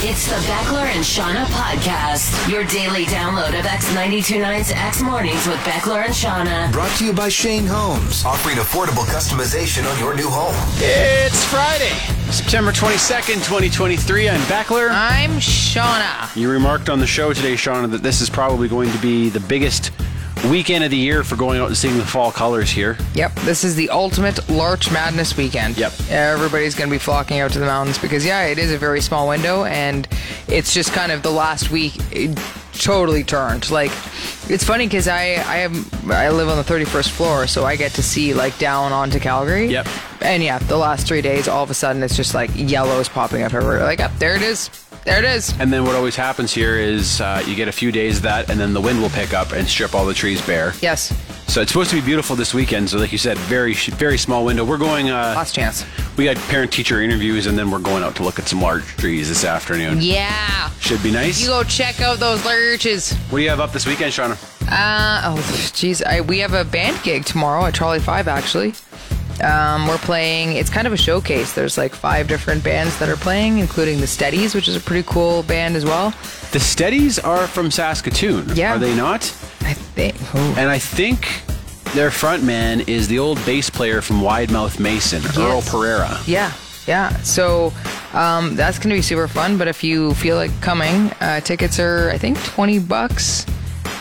It's the Beckler and Shauna podcast, your daily download of X92 Nights, X Mornings with Beckler and Shauna. Brought to you by Shane Holmes, offering affordable customization on your new home. It's Friday, September 22nd, 2023. I'm Beckler. I'm Shauna. You remarked on the show today, Shauna, that this is probably going to be the biggest weekend of the year for going out and seeing the fall colors here. Yep, this is the ultimate Larch Madness weekend. Yep. Everybody's going to be flocking out to the mountains because, yeah, it is a very small window and it's just kind of the last week it totally turned. Like, it's funny because I, I, am- I live on the 31st floor, so I get to see, like, down onto Calgary. Yep. And yeah, the last three days, all of a sudden, it's just like yellows popping up everywhere. Like, up there it is. There it is. And then what always happens here is uh, you get a few days of that, and then the wind will pick up and strip all the trees bare. Yes. So it's supposed to be beautiful this weekend. So, like you said, very, very small window. We're going, uh, Last chance. we got parent teacher interviews, and then we're going out to look at some large trees this afternoon. Yeah. Should be nice. You go check out those lurches. What do you have up this weekend, Shauna? Uh, oh, jeez. I- We have a band gig tomorrow at Trolley 5, actually. Um, we're playing, it's kind of a showcase. There's like five different bands that are playing, including the Steadies, which is a pretty cool band as well. The Steadies are from Saskatoon, Yeah. are they not? I think. oh, And I think their front man is the old bass player from Widemouth Mason, Earl Pereira. Yeah, yeah. So um, that's going to be super fun. But if you feel like coming, uh, tickets are, I think, 20 bucks.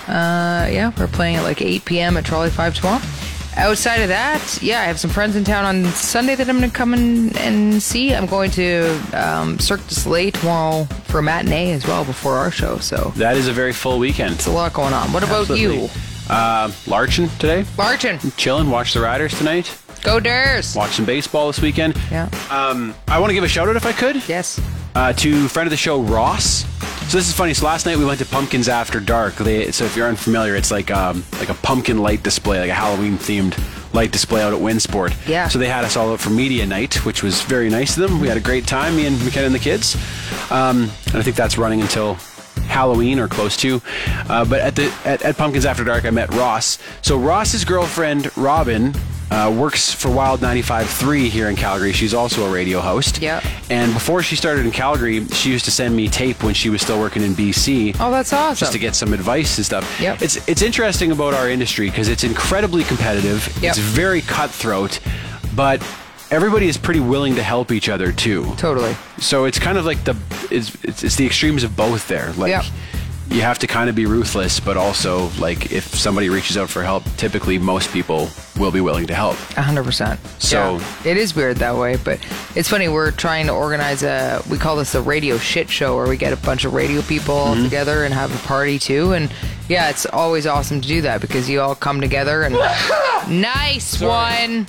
Uh, yeah, we're playing at like 8 p.m. at Trolley 5 tomorrow. Outside of that, yeah, I have some friends in town on Sunday that I'm going to come and, and see. I'm going to um, Cirque du Soleil tomorrow for a matinee as well before our show. So That is a very full weekend. a lot going on. What about you? Uh, Larchin today. Martin, Chillin', watch the Riders tonight. go Dares. Watch some baseball this weekend. Yeah. Um, I want to give a shout out if I could. Yes. uh, to friend of the show Ross. So this is funny. So last night we went to Pumpkins After Dark. They, so if you're unfamiliar, it's like um, like a pumpkin light display, like a Halloween themed light display out at Windsport. Yeah. So they had us all out for media night, which was very nice of them. We had a great time, me and McKenna and the kids. Um, and I think that's running until Halloween or close to. Uh, but at the at, at Pumpkins After Dark, I met Ross. So Ross's girlfriend Robin. Uh, works for Wild 95.3 here in Calgary. She's also a radio host. Yeah. And before she started in Calgary, she used to send me tape when she was still working in BC. Oh, that's awesome. Just to get some advice and stuff. Yep. It's it's interesting about our industry because it's incredibly competitive. Yep. It's very cutthroat, but everybody is pretty willing to help each other too. Totally. So it's kind of like the it's it's, it's the extremes of both there. Like Yep. you have to kind of be ruthless, but also like if somebody reaches out for help, typically most people will be willing to help. A hundred percent. So- Yeah. it is weird that way, but it's funny. We're trying to organize a. We call this the radio shit show, where we get a bunch of radio people all Mm-hmm. together and have a party too. And yeah, it's always awesome to do that because you all come together and nice one.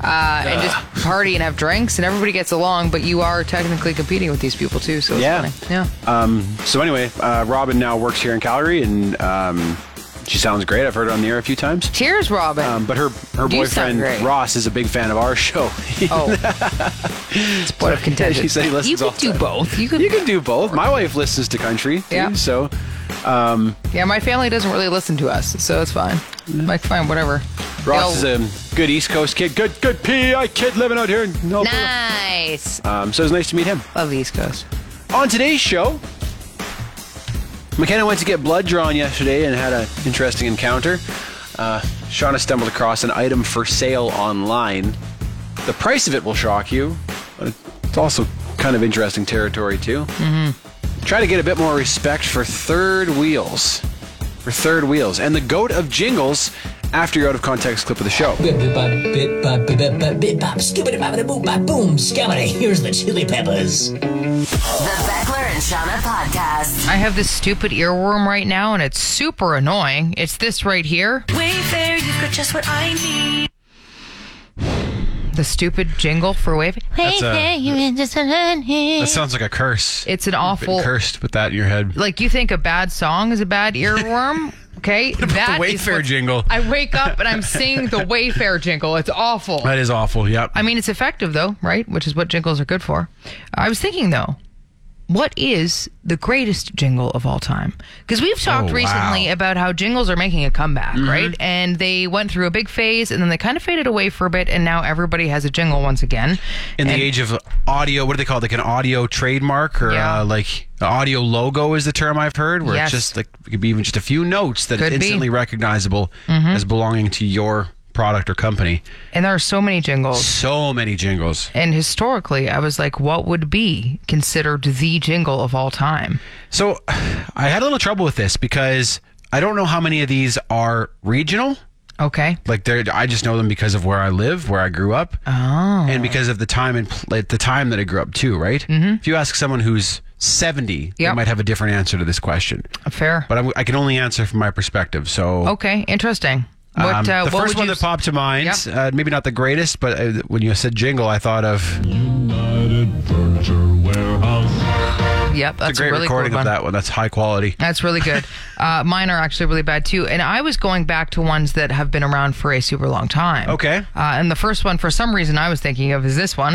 Uh, and just party and have drinks, and everybody gets along. But you are technically competing with these people too, so it's Yeah. funny. yeah, So anyway, uh, Robin now works here in Calgary, and um, she sounds great. I've heard her on the air a few times. Cheers, Robin. Um, but her her You sound boyfriend great. Ross is a big fan of our show. oh, it's point of contention. She said he listens you all could the do time. both. You could. you can do both. My wife listens to country. too, Yeah. So Yeah, my family doesn't really listen to us, so it's fine. Like, fine, whatever. Ross They'll- is a good East Coast kid. Good good PI kid living out here in Alberta. nice. Um, so it was nice to meet him. Love the East Coast. On today's show, McKenna went to get blood drawn yesterday and had an interesting encounter. Uh, Shauna stumbled across an item for sale online. The price of it will shock you, but it's also kind of interesting territory, too. Mm-hmm. Try to get a bit more respect for third wheels. For third wheels. And the goat of jingles after your out of context clip of the show. Bip, bip, bop, bip, bop, bip, bip, bop, bip, bop, skibbity, bobbity, boop, bop, boom, skibbity. Here's the Chili Peppers. The Beckler and Shauna podcast. I have this stupid earworm right now, and it's super annoying. It's this right here Wayfair, you've got just what I need. the stupid jingle for Wave. That's uh, a, that sounds like a curse. It's an Been awful. cursed with that in your head. Like, you think a bad song is a bad earworm? Okay, that the is Wayfair what- jingle. I wake up and I'm singing the Wayfair jingle. It's awful. That is awful. Yep. I mean, it's effective though, right? Which is what jingles are good for. I was thinking though, what is the greatest jingle of all time? Because we've talked Oh, recently wow. Mm-hmm. about how jingles are making a comeback, right? And they went through a big phase and then they kind of faded away for a bit, and now everybody has a jingle once again. in And- the age of audio, what do they call it? Like an audio trademark or Yeah. uh, like an audio logo is the term I've heard, where Yes. it's just like it could be even just a few notes that Could it's be. Mm-hmm. instantly recognizable as belonging to your product or company. And there are so many jingles. So many jingles. And historically, I was like, what would be considered the jingle of all time? So I had a little trouble with this because I don't know how many of these are regional. Okay. Like they're, I just know them because of where I live, where I grew up, oh. and because of the time and pl- at the time that I grew up too. Right? Mm-hmm. If you ask someone who's seventy, they Yep. might have a different answer to this question. Fair. but I'm, I can only answer from my perspective. So, okay. Interesting. um, What, Oh, uh, the what first would one you that popped to mind, Yep. uh, maybe not the greatest, but uh, when you said jingle, I thought of it's Yep. That's a great really recording good of one. that one. That's high quality. That's really good. uh, mine are actually really bad too. And I was going back to ones that have been around for a super long time. Okay. Uh, and the first one, for some reason, I was thinking of is this one.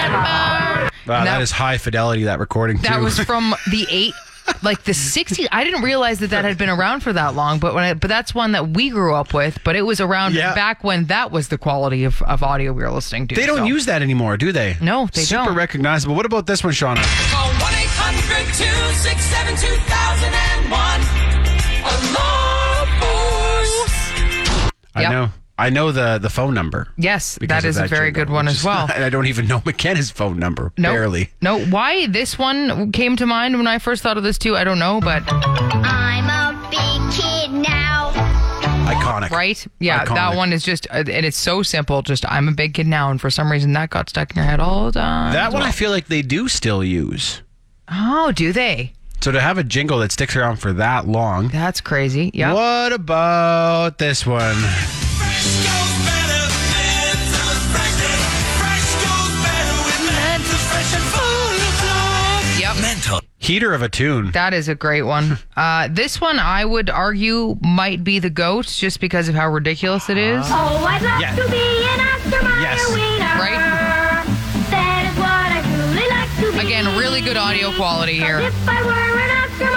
Wow, that- that is high fidelity. That recording. That too. was from the eight, like the '60s. I didn't realize that that had been around for that long. But when, I, but that's one that we grew up with. But it was around Yeah. back when that was the quality of, of audio we were listening to. they don't so. use that anymore, do they? No, they Super don't. recognizable. What about this one, Shauna? Call 1 800 267 2001. A love force. I Yep. know. I know the the phone number. Yes, because that of is a very jingle, good one which as is- well. and I don't even know McKenna's phone number. No, Barely. No, why this one came to mind when I first thought of this too, I don't know, but I'm a big kid now. Iconic. right? Yeah, that Iconic. one is just, uh, and it's so simple. Just, I'm a big kid now, and for some reason that got stuck in your head all the time. That one I feel like they do still use. oh, do they? So to have a jingle that sticks around for that long, That's crazy. Yeah. What about this one? Fresco's better than Toast Breakfast. Fresco's better with Mentos fresh and full of love. Yep. Heater of a tune. That is a great one. Uh, this one I would argue might be the goat, just because of how ridiculous it is. Ah. Oh, I'd love Yeah. to be an astronaut. Yes. Wiener. Right? That is what I really like to be. Again, really good audio quality here. If I were an astronaut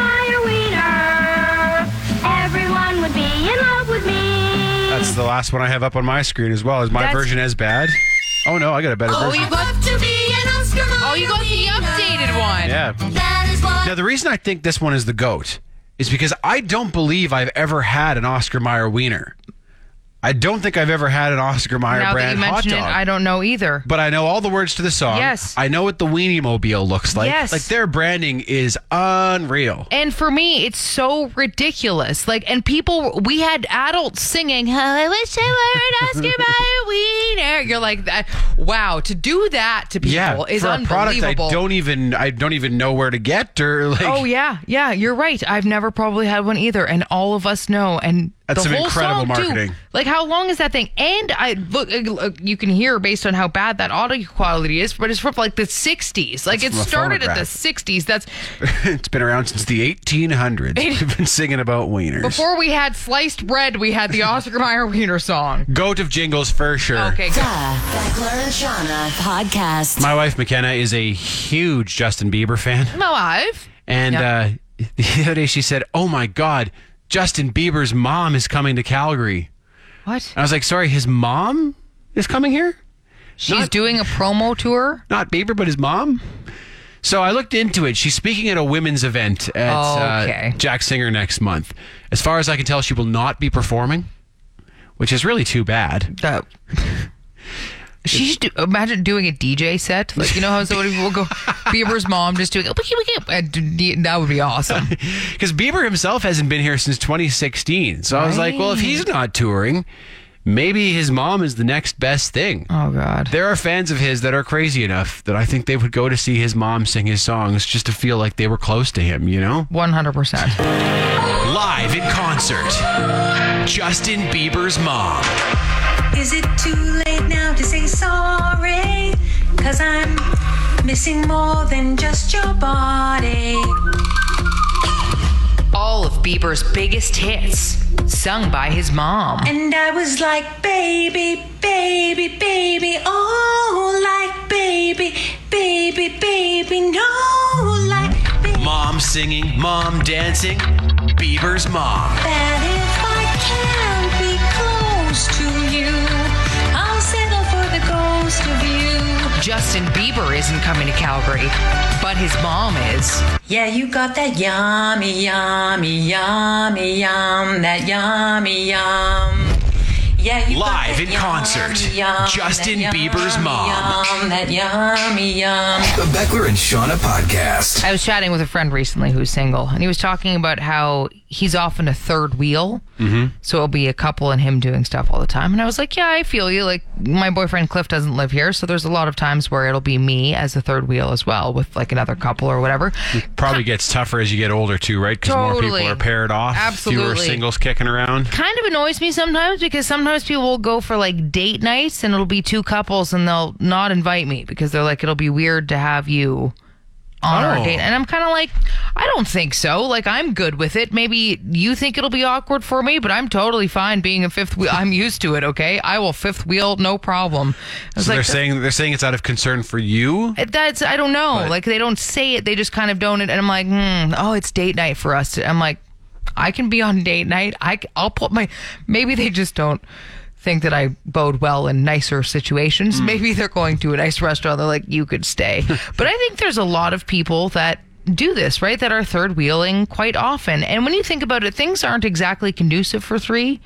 wiener, everyone would be in love with me. That's the last one I have up on my screen as well. Is my That's- version as bad? Oh no, I got a better version. love to be an astronaut. Oh, you got the updated one. Yeah. That is what Now the reason I think this one is the goat is because I don't believe I've ever had an Oscar Mayer wiener. I don't think I've ever had an Oscar Mayer Now that brand you hot mention dog. it, I don't know either. but I know all the words to the song. Yes. I know what the weenie mobile looks like. Yes. Like their branding is unreal. And for me, it's so ridiculous. Like, and people, we had adults singing, "How I wish I were an Oscar by a wiener. You're like, that. wow, to do that to people Yeah. is for a product I unbelievable. don't even I don't even know where to get or like oh, yeah, yeah, you're right. I've never probably had one either. And all of us know. And That's the some whole incredible song, Too. marketing. Like, how long is that thing? And I look, uh, look, you can hear based on how bad that audio quality is, but it's from like the 60s. Like, That's it from a started at the phonograph. 60s. That's It's been around since the 1800s. We've been singing about wieners. before we had sliced bread, we had the Oscar Mayer wiener song. Goat of jingles for sure. Okay, The Beckler and Shauna podcast. My wife McKenna is a huge Justin Bieber fan, my wife. and uh, the other day she said, "Oh my God, Justin Bieber's mom is coming to Calgary." What? I was like, "Sorry, his mom is coming here? She's doing a promo tour. Not Bieber, but his mom." So I looked into it. She's speaking at a women's event at Okay. uh, Jack Singer next month. As far as I can tell, she will not be performing, which is really too bad. That. She should do, imagine doing a DJ set. Like you know how so many people go Bieber's mom just doing wiki wiki. and d- That would be awesome. because Bieber himself hasn't been here since 2016. So I was like, well, if he's not touring, maybe his mom is the next best thing. Oh god. There are fans of his that are crazy enough that I think they would go to see his mom sing his songs just to feel like they were close to him, you know? One hundred percent. Live in concert, Justin Bieber's mom. Is it too late now to say sorry? Cause I'm missing more than just your body. All of Bieber's biggest hits. sung by his mom. And I was like, baby, baby, baby, oh, like baby, baby, baby, no, like Mom singing, mom dancing, Bieber's mom. that. If I can't be close to you, I'll settle for the ghost of you. Justin Bieber isn't coming to Calgary, but his mom is. Yeah, you got that yummy, yummy, yummy, yum, that yummy, yum. Yeah, you Live got that in yum, concert, yum, Justin that Bieber's yum, mom. Yum, that yummy, yum. The Beckler and Shauna podcast. I was chatting with a friend recently who's single, and he was talking about how he's often a third wheel. Mm-hmm. So it'll be a couple and him doing stuff all the time. And I was like, yeah, I feel you. Like, my boyfriend Cliff doesn't live here. So there's a lot of times where it'll be me as the third wheel as well with like another couple or whatever. Probably gets tougher as you get older too, right? Because more Totally. people are paired off. Fewer Absolutely. singles kicking around. kind of annoys me sometimes because sometimes people will go for like date nights and it'll be two couples and they'll not invite me because they're like it'll be weird to have you on Oh. our date and I'm kind of like I don't think so like I'm good with it maybe you think it'll be awkward for me but I'm totally fine being a fifth wheel I'm used to it okay I will fifth wheel no problem I was So they're like saying they're saying it's out of concern for you. that's I don't know like they don't say it they just kind of don't and I'm like hmm, oh it's date night for us I'm like I can be on date night I will put my maybe they just don't think that I bode well in nicer situations maybe they're going to a nice restaurant they're like you could stay but I think there's a lot of people that do this right that are third wheeling quite often and when you think about it things aren't exactly conducive for three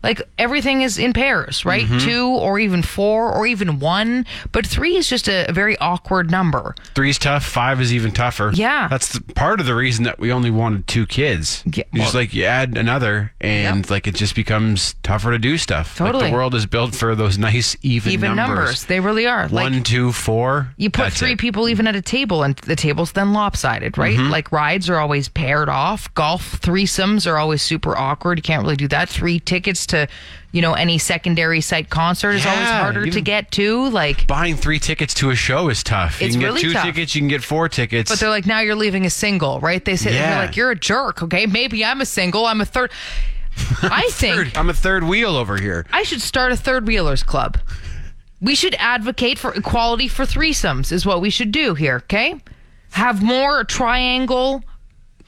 like everything is in pairs, right? Mm-hmm. Two or even four or even one, but three is just a very awkward number. Three's tough. Five is even tougher. Yeah. that's the, part of the reason that we only wanted two kids. Yeah, You just well- like you add another, and like it just becomes tougher to do stuff. Like Totally. the world is built for those nice even, Even numbers. they really are. Like One, two, four. you put That's three it. people even at a table, and the table's then lopsided, right? Mm-hmm. Like rides are always paired off. Golf threesomes are always super awkward. You can't really do that. Three tickets to, you know, any secondary site concert is always Yeah, harder to even- get to. Like, Buying three tickets to a show is tough. you It's can really get two tough. tickets. You can get four tickets. But they're like, now you're leaving a single, right? They say Yeah. they're like, you're a jerk, okay? Maybe I'm a single. I'm a third. I think Third- I'm a third wheel over here. I should start a third wheelers club. We should advocate for equality for threesomes, is what we should do here, okay? Have more triangle,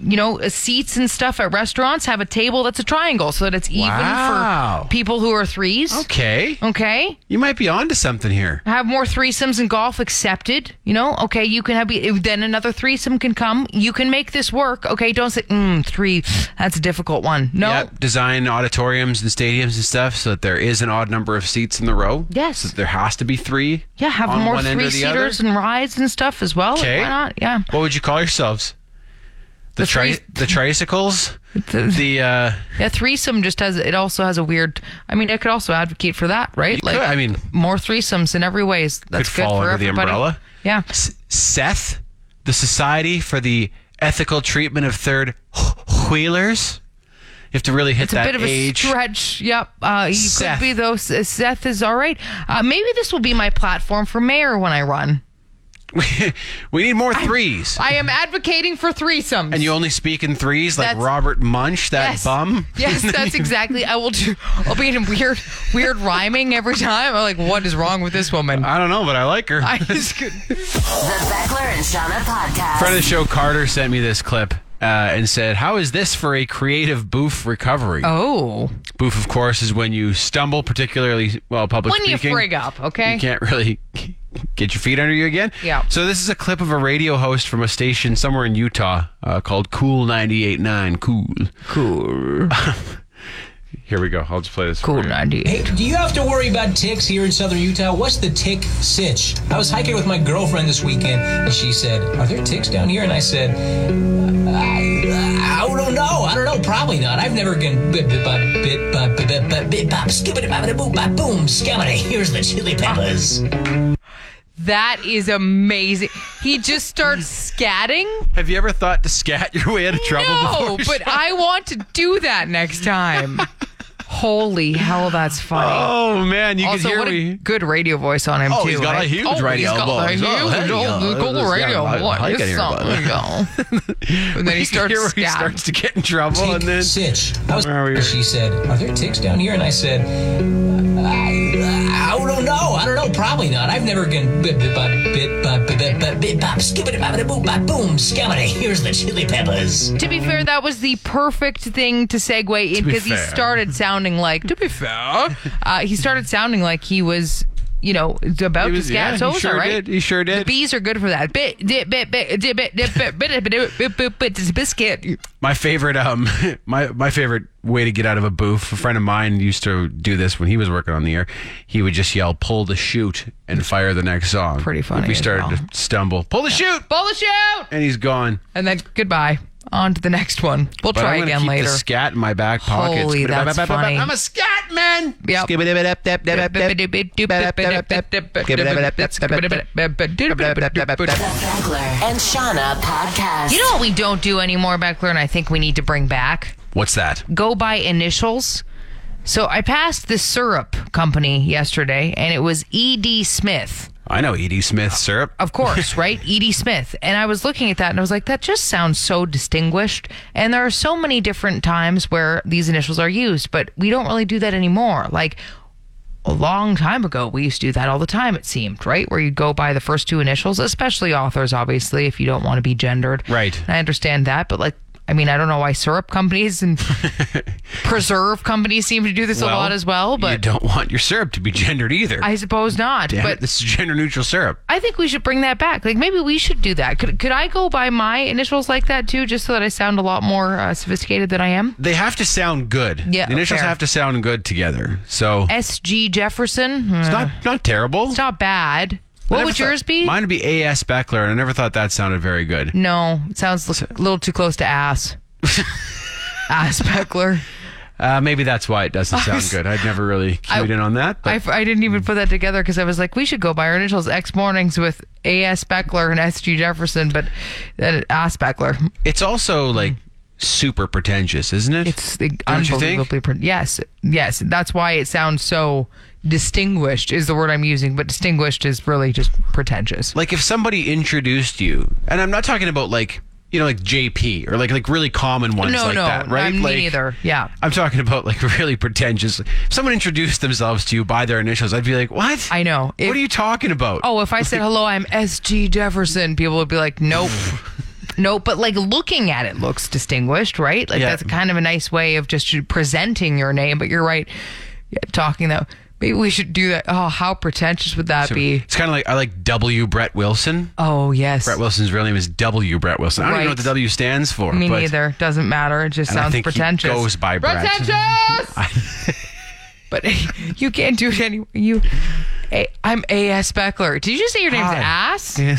you know, uh, seats and stuff at restaurants. Have a table that's a triangle so that it's even Wow. for people who are threes. Okay. Okay? You might be onto something here. have more threesomes in golf accepted. You know, okay, you can have then another threesome can come. You can make this work. Okay, don't say mm, three. That's a difficult one. No, Yep. Design auditoriums and stadiums and stuff so that there is an odd number of seats in the row. Yes. So there has to be three. yeah, have on more one end or three the other. seaters and rides and stuff as well. Like, Okay. why not? Yeah, What would you call yourselves? The The tri- threes- the tricycles, the uh, yeah. Threesome just has it also has a weird. I mean, I could also advocate for that, right? You could, I mean- more threesomes in every way. Is, that's Could good fall for under the everybody. umbrella. Yeah. S- Seth, the Society for the Ethical Treatment of Third Wheelers. You have to really hit It's that a bit of age. a stretch. Yep. Uh, he Seth. could be though. S- Seth is all right. Uh, maybe this will be my platform for mayor when I run. we need more threes. I am advocating for threesomes. and you only speak in threes, like That's- Robert Munch, that yes. bum. Yes, that's exactly. I will do. I'll be in weird, weird rhyming every time. I'm like, what is wrong with this woman? I don't know, but I like her. I just could. The Beckler and Shauna podcast. friend of the show Carter sent me this clip uh, and said, "How is this for a creative boof recovery?" Oh, Boof, of course, is when you stumble, particularly well, public when you speaking. frig up, okay? You can't really get your feet under you again. Yeah. So this is a clip of a radio host from a station somewhere in Utah uh, called Cool 98.9. Cool. Cool. Here we go. I'll just play this. Cool for you. ninety-eight. Do you have to worry about ticks here in southern Utah? What's the tick sitch? I was hiking with my girlfriend this weekend, and she said, "Are there ticks down here?" And I said, "I, I don't know. I don't know. Probably not. I've never been bit bit bop bit bop bit bop bop bit bop skibbity bop boop bop boom scabbity. Here's the chili peppers. That is amazing. He just starts scatting. Have you ever thought to scat your way out of trouble no, before? but I want to do that next time. Holy hell, that's funny. Oh man, you also, can hear what me. A good radio voice on him Oh, too. he's got a right? huge oh, radio he's got A voice. huge, Oh, hey, oh, uh, cool this guy, radio I- I voice. like it here, Something, but- you know. and then he starts Here he stabbing. starts to get in trouble, and then Sitch. I was, she said, Are there ticks down here? And I said, I, I don't know. I don't know. Probably not. I've never been bit bit bop bit bop bit bop bit, bit bop skibbity bop boop bop boom scabbity. Here's the chili peppers. To be fair, that was the perfect thing to segue in be because he fair. started sounding like. To be fair, uh, he started sounding like he was, you know, about He to was- yeah, scat. so he it's sure all right. did. He sure did. The bees are good for that. Bit dip bit bit dip bit dip bit bit bit bit bit bit bit it's a biscuit. My favorite, um, my my favorite way to get out of a booth. A friend of mine used to do this when he was working on the air. He would just yell, "Pull the chute," and fire the next song. Pretty funny. If we as started well. to stumble, pull the chute, Pull the shoot, and he's gone. and then goodbye. On to the next one. We'll But try I'm gonna again keep later. The scat in my back pocket. Holy, that's funny. I'm a scat man. Yep. Beckler and Shauna podcast. You know what we don't do anymore, Beckler, and I think we need to bring back? What's that? Go by initials. So I passed this syrup company yesterday, and it was E.D. Smith. I know Edie Smith syrup. Of course, right? Edie Smith. And I was looking at that and I was like, that just sounds so distinguished. And there are so many different times where these initials are used, but we don't really do that anymore. Like a long time ago, we used to do that all the time, it seemed, right? Where you'd go by the first two initials, especially authors, obviously, if you don't want to be gendered. Right. I understand that, but like, I mean, I don't know why syrup companies and preserve companies seem to do this a lot as well, you but don't want your syrup to be gendered either. I suppose not. Damn but it, this is gender neutral syrup. I think we should bring that back. Like maybe we should do that. Could could I go by my initials like that too, just so that I sound a lot more uh, sophisticated than I am? They have to sound good. Yeah, the initials fair. have to sound good together. So S G Jefferson. It's not not terrible. It's not bad. I What never would thought- yours be? Mine would be A S Beckler, and I never thought that sounded very good. No, it sounds a little too close to ass. ass Beckler. Uh, maybe that's why it doesn't I sound was- good. I'd never really cued in on that. But I, f- I didn't even put that together because I was like, we should go by our initials X mornings with A S Beckler and S G Jefferson, but then ass Beckler. it's also like super pretentious, isn't it? Mm. It's Don't you think? unbelievably pr- yes yes that's why it sounds so distinguished is the word i'm using but distinguished is really just pretentious Like if somebody introduced you, and I'm not talking about like you know like JP or like like really common ones no like no that, right? i'm like, neither yeah I'm talking about like really pretentious. If someone introduced themselves to you by their initials, I'd be like, "What? I know. what are you talking about?" oh if i said hello i'm sg jefferson people would be like nope nope but like looking at it looks distinguished right like Yeah. that's kind of a nice way of just presenting your name but you're right yeah, talking though maybe we should do that oh how pretentious would that So be It's kind of like I like W. Brett Wilson. oh yes Brett Wilson's real name is W. Brett Wilson. I don't even know what Right. the W stands for. me but neither doesn't matter it just And I sounds think he pretentious goes by Brett. pretentious but you can't do it anyway. You, A, I'm A.S. Beckler. Did you just say your name's Hi. Ass? I'm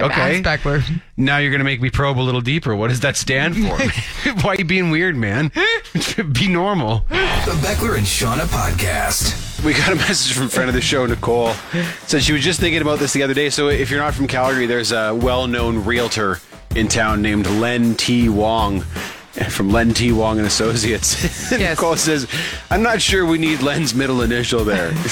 Okay. Ass Beckler. Now you're gonna make me probe a little deeper. What does that stand for? Why are you being weird, man? Be normal. The Beckler and Shauna podcast. We got a message from friend of the show, Nicole. Said she was just thinking about this the other day. So if you're not from Calgary, there's a well-known realtor in town named Len T. Wong from Len T. Wong and Associates. Nicole says, "I'm not sure we need Len's middle initial there."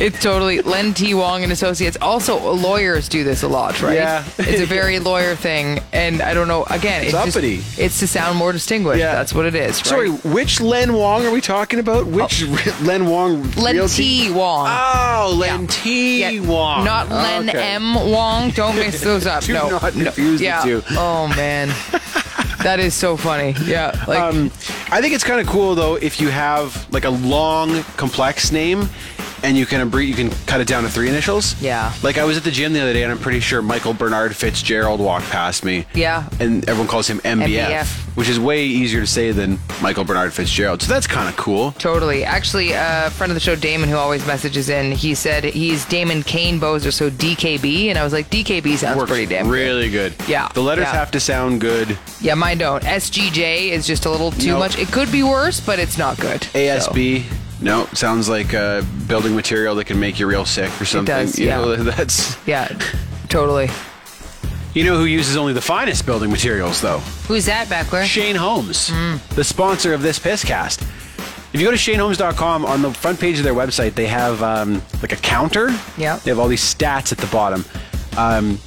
It's totally Len T. Wong and Associates. Also, lawyers do this a lot, right? Yeah. It's a very lawyer thing, and I don't know. Again, it's just- Uppity. it's to sound more distinguished. That's what it is. Right? Oh. Sorry, which Len Wong are we talking about? Which Len Wong? Len T. Wong. Ah, Oh, Len T. Wong. Not Len Okay. M. Wong. Don't mix those up. Do no, not no. confuse the yeah. two. Oh man, that is so funny. Yeah, like um, I think it's kind of cool though if you have like a long, complex name, and you can abre- you can cut it down to three initials. Yeah. Like I was at the gym the other day, and I'm pretty sure Michael Bernard Fitzgerald walked past me. Yeah. And everyone calls him MBF, MBF. which is way easier to say than Michael Bernard Fitzgerald. So that's kind of cool. Totally. Actually, a friend of the show, Damon, who always messages in, he said he's Damon Kane Bozer, so DKB. And I was like, DKB sounds Works pretty damn good. really good. Yeah, The letters yeah. have to sound good. Yeah, mine don't. SGJ is just a little too Nope. much. It could be worse, but it's not good. ASB. No, sounds like uh, building material that can make you real sick or something. does, you yeah. know, that's Yeah, totally. You know who uses only the finest building materials, though? Who's that, Beckler? Shane Holmes, the sponsor of this Pisscast. If you go to ShaneHolmes.com, on the front page of their website, they have um, like a counter. Yeah. They have all these stats at the bottom. Um,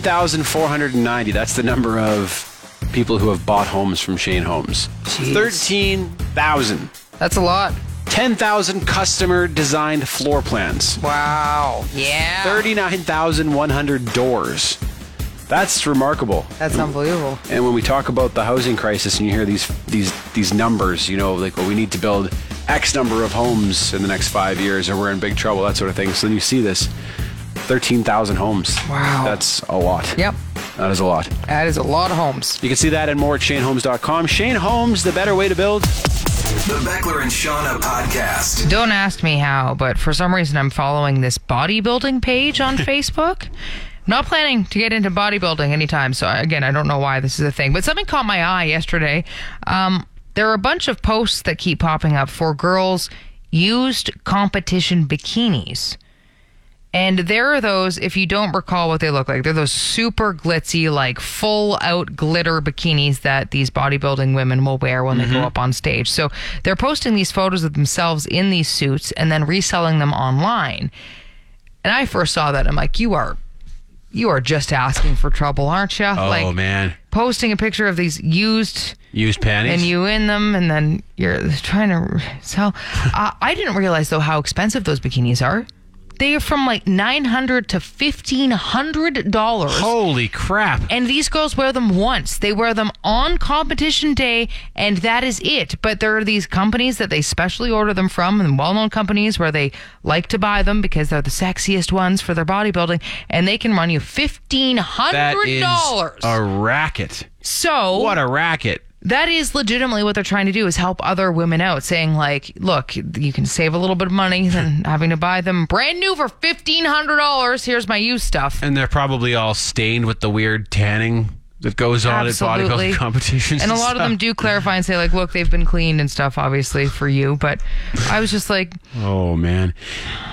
13,490. That's the number of people who have bought homes from Shane Homes. 13,000. That's a lot. 10,000 customer designed floor plans. Wow. Yeah. 39,100 doors. That's remarkable. That's unbelievable. And when we talk about the housing crisis, and you hear these these these numbers, you know, like well, we need to build X number of homes in the next five years, or we're in big trouble, that sort of thing. So then you see this, thirteen thousand homes. Wow, that's a lot. Yep. That is a lot. That is a lot of homes. You can see that and more at ShaneHomes.com. Shane Homes, the better way to build. The Beckler and Shauna podcast. Don't ask me how, but for some reason I'm following this bodybuilding page on Facebook. Not planning to get into bodybuilding anytime, so I- again, I don't know why this is a thing. But something caught my eye yesterday. Um, there are a bunch of posts that keep popping up for girls used competition bikinis. And there are those, if you don't recall what they look like, they're those super glitzy, like full out glitter bikinis that these bodybuilding women will wear when they go up on stage. So they're posting these photos of themselves in these suits and then reselling them online. And I first saw that, I'm like, you are. You are just asking for trouble, aren't you? Oh like man, posting a picture of these used used panties. and you in them, and then you're trying to sell. uh, I didn't realize though how expensive those bikinis are. They are from like nine hundred to fifteen hundred dollars. Holy crap! And these girls wear them once. They wear them on competition day, and that is it. But there are these companies that they specially order them from, and well-known companies where they like to buy them because they're the sexiest ones for their bodybuilding, and they can run you fifteen That hundred is dollars. a racket. So What a racket! that is legitimately what they're trying to do is help other women out saying like look you can save a little bit of money than having to buy them brand new for $1500 here's my used stuff And they're probably all stained with the weird tanning that goes on Absolutely. at bodybuilding competitions. and a lot of them stuff. do clarify and say like look they've been cleaned and stuff obviously for you but i was just like Oh man!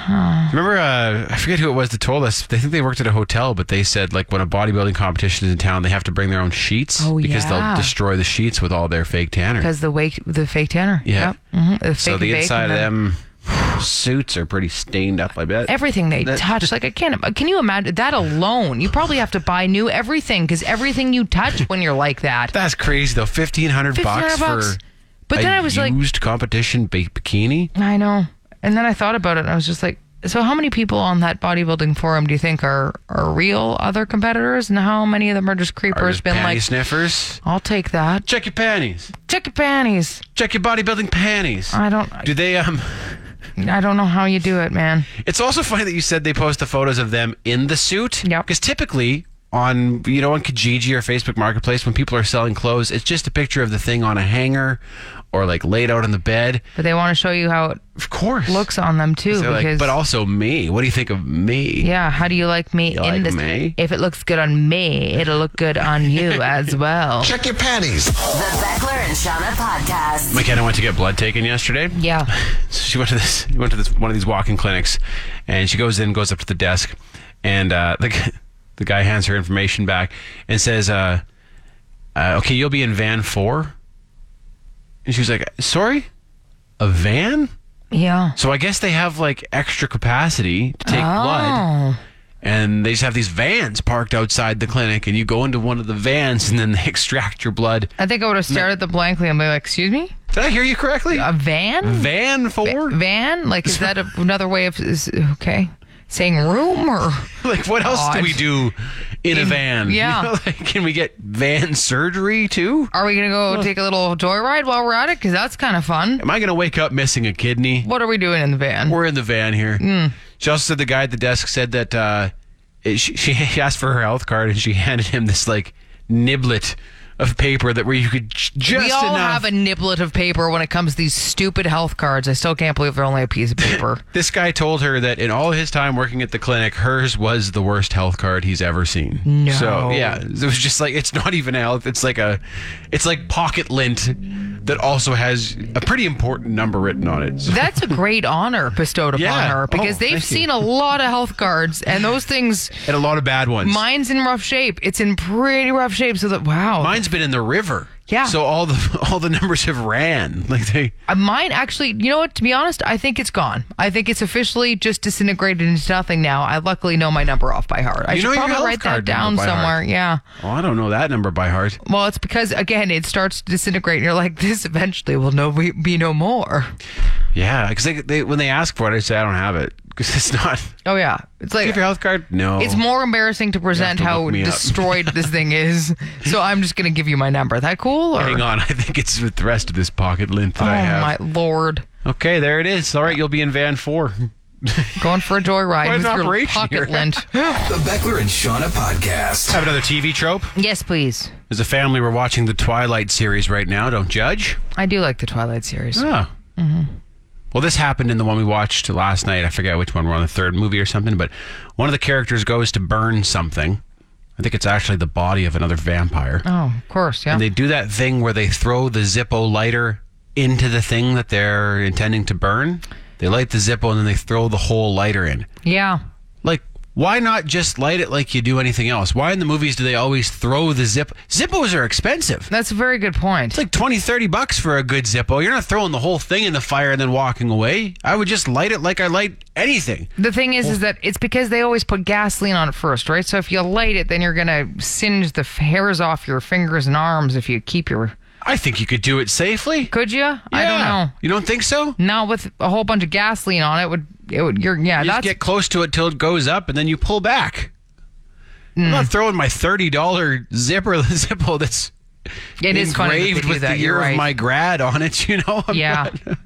Remember, uh, I forget who it was that told us. They think they worked at a hotel, but they said like when a bodybuilding competition is in town, they have to bring their own sheets Oh, because yeah. they'll destroy the sheets with all their fake tanner. because the wake the fake tanner Yeah. Mhm. The so fake the bake inside and of then- them suits are pretty stained up. I bet everything they That- touch. Like I can't. Can you imagine that alone? You probably have to buy new everything because everything you touch when you're like that. That's crazy though. Fifteen hundred bucks 1500 for. bucks. But a then I was like- used competition ba- bikini. I know. And then I thought about it and I was just like, so how many people on that bodybuilding forum do you think are are real other competitors and how many of them are just Are creepers just been panty like sniffers. I'll take that. Check your panties. Check your panties. Check your bodybuilding panties. I don't Do they um? I don't know how you do it, man. It's also funny that you said they post the photos of them in the suit. Yeah. Because typically on you know on Kijiji or Facebook Marketplace when people are selling clothes, it's just a picture of the thing on a hanger or like laid out on the bed. But they want to show you how it of course looks on them too They're like, because but also me. What do you think of me? yeah, how do you like me You in like this? me? If it looks good on me, it'll look good on you as well. Check your panties. The Beckler and Shauna podcast. McKenna went to get blood taken yesterday. Yeah. So she went to this went to this one of these walk-in clinics, and she goes in, goes up to the desk, and uh, the g- the guy hands her information back and says, uh, uh, "Okay, you'll be in van four. And she was like, "Sorry, a van." Yeah. So I guess they have like extra capacity to take blood. And they just have these vans parked outside the clinic, and you go into one of the vans, and then they extract your blood. I think I would have stared at them blankly and be like, "Excuse me, Did I hear you correctly? a van? Van for? van? Like, is that a, another way of is, okay saying room or Like, what else do Odd. we do in, a van? yeah. You know, like, can we get van surgery too? Are we gonna go take a little joyride while we're at it? Because that's kind of fun. Am I going to wake up missing a kidney? What are we doing in the van? We're in the van here. Hmm. She also said the guy at the desk said that uh, it- she, she asked for her health card and she handed him this like niblet of paper that where you could j- just we all enough. have a niblet of paper when it comes to these stupid health cards. I still can't believe they're only a piece of paper. this guy told her that in all his time working at the clinic, hers was the worst health card he's ever seen. No. So yeah, it was just like it's not even a health. It's like a, it's like pocket lint that also has a pretty important number written on it. So- That's a great honor bestowed upon Yeah. her because Oh, they've thank you. seen a lot of health cards and those things. and a lot of bad ones. Mine's in rough shape. It's in pretty rough shape. So that wow, Mine's been in the river. Yeah. So all the all the numbers have ran. Like they Uh, Mine actually, you know what? To be honest, I think it's gone. I think it's officially just disintegrated into nothing now. I luckily know my number off by heart. I You should know your probably health write that card number down by heart. somewhere. Yeah. Oh, I don't know that number by heart. Well, it's because again, it starts to disintegrate. And you're like, this eventually will no be, be no more. Yeah, because they, they when they ask for it, I say I don't have it because it's not. Oh yeah, it's like Give your health card. No, It's more embarrassing to present to look how me up. destroyed this thing is. So I'm just gonna give you my number. That cool? Or? Hang on, I think it's with the rest of this pocket lint that Oh I have. my lord! Okay, there it is. All right, you'll be in van four. Going for a joyride Quite with an your operation pocket here. lint. The Beckler and Shauna podcast. Have another TV trope. yes, please. As a family, we're watching the Twilight series right now. Don't judge. I do like the Twilight series. Oh. Well, this happened in the one we watched last night. I forget which one. We're on the third movie or something, but one of the characters goes to burn something. I think it's actually the body of another vampire. Oh, of course, yeah. And they do that thing where they throw the Zippo lighter into the thing that they're intending to burn. They light the Zippo and then they throw the whole lighter in. yeah. Like, why not just light it like you do anything else? Why in the movies do they always throw the zip? Zippos are expensive. That's a very good point. It's like 20, 30 bucks for a good Zippo. You're not throwing the whole thing in the fire and then walking away. I would just light it like I light anything. The thing is, Oh. is that it's because they always put gasoline on it first, right? So if you light it, then you're gonna singe the f- hairs off your fingers and arms if you keep your. I think you could do it safely. Could you? I don't Yeah. know. You don't think so? Not with a whole bunch of gasoline on it would it would you're yeah You just that's get close to it till it goes up and then you pull back. Hmm. I'm not throwing my $30 zipper Zippo that's it is funny that they engraved do with that, the you're year right. of my grad on it, you know? I'm Yeah. not-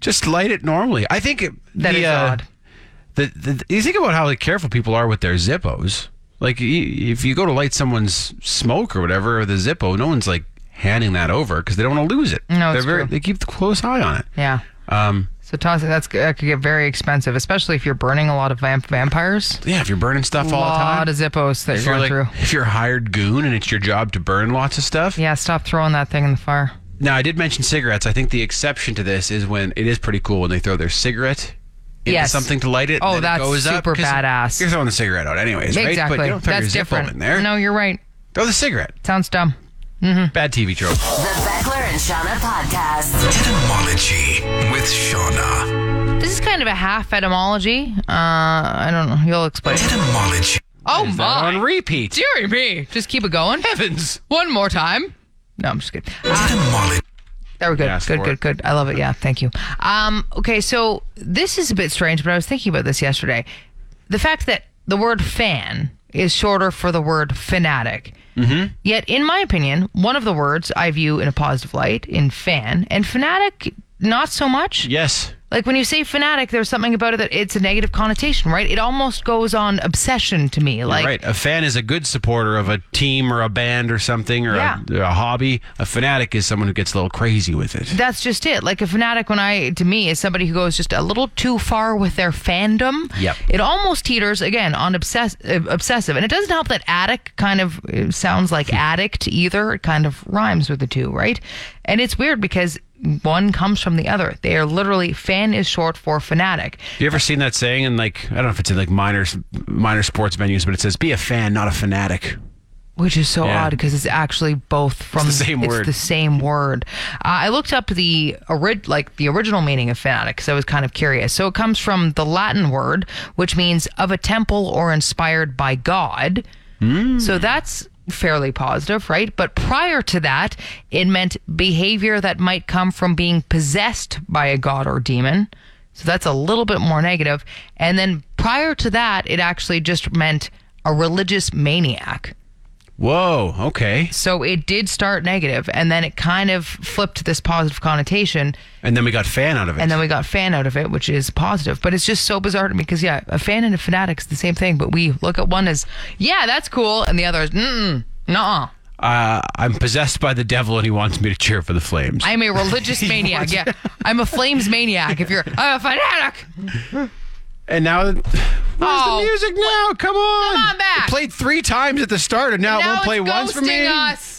Just light it normally. I think it, That the, is uh, odd. The, the, you think about how careful people are with their Zippos. Like, y- if you go to light someone's smoke or whatever, or the Zippo, no one's like handing that over because they don't want to lose it. No, They're it's true. They keep a close eye on it. Yeah. Um, So toss that's that could get very expensive, especially if you're burning a lot of vamp- vampires. yeah, if you're burning stuff a all the time. lot of zippos that if you're you're, going like, through. if you're a hired goon and it's your job to burn lots of stuff. Yeah, stop throwing that thing in the fire. Now, I did mention cigarettes. I think the exception to this is when it is pretty cool when they throw their cigarette into Yes. something to light it. and Oh, then it that's goes up, super 'cause badass. You're throwing the cigarette out, anyways, right? exactly. But you don't throw your that's Zippo different. in there. No, you're right. Throw the cigarette. Sounds dumb. Bad TV trope. The Beckler and Shauna podcast. Etymology with Shauna. This is kind of a half etymology. Uh, I don't know. You'll explain. Etymology. Oh Is that on my! repeat. Dear me, just keep it going. Heavens. One more time. No, I'm just kidding. Etymology. There we go. Ask Good, for good, it. good. I love it. Yeah, thank you. Um, okay, so this is a bit strange, but I was thinking about this yesterday. The fact that the word fan is shorter for the word fanatic. Mm-hmm. Yet, in my opinion, one of the words I view in a positive light in fan and fanatic, not so much. Yes. Like when you say fanatic, there's something about it that it's a negative connotation, right? It almost goes on obsession to me. Like, right. A fan is a good supporter of a team or a band or something or Yeah. a, a hobby. A fanatic is someone who gets a little crazy with it. that's just it. Like a fanatic, when I to me is somebody who goes just a little too far with their fandom. Yep. It almost teeters again on obsess- uh, obsessive, and it doesn't help that addict kind of uh, sounds Hmm. like addict either. It kind of rhymes with the two, right? And it's weird because one comes from the other. They are literally fan is short for fanatic. You ever seen that saying in like I don't know if it's in like minor minor sports venues, but it says be a fan, not a fanatic. Which is so Yeah. odd because it's actually both from the same word. the same word. Uh, I looked up the ori- like the original meaning of fanatic because I was kind of curious. So it comes from the Latin word, which means of a temple or inspired by God. Mm. So that's fairly positive, right? But prior to that, it meant behavior that might come from being possessed by a god or demon. So that's a little bit more negative. And then prior to that, it actually just meant a religious maniac. Whoa. Okay. So it did start negative, and then it kind of flipped to this positive connotation, And then we got fan out of it. and then we got fan out of it, which is positive. But it's just so bizarre to me because yeah, a fan and a fanatic is the same thing, but we look at one as yeah, that's cool, and the other is mm, nah. uh, I'm possessed by the devil and he wants me to cheer for the flames. I'm a religious maniac. Yeah, I'm a flames maniac. If you're I'm a fanatic, and now, where's Oh, the music now? Come on. on back. It played three times at the start and now, it now won't play it's once for me. ghosting us.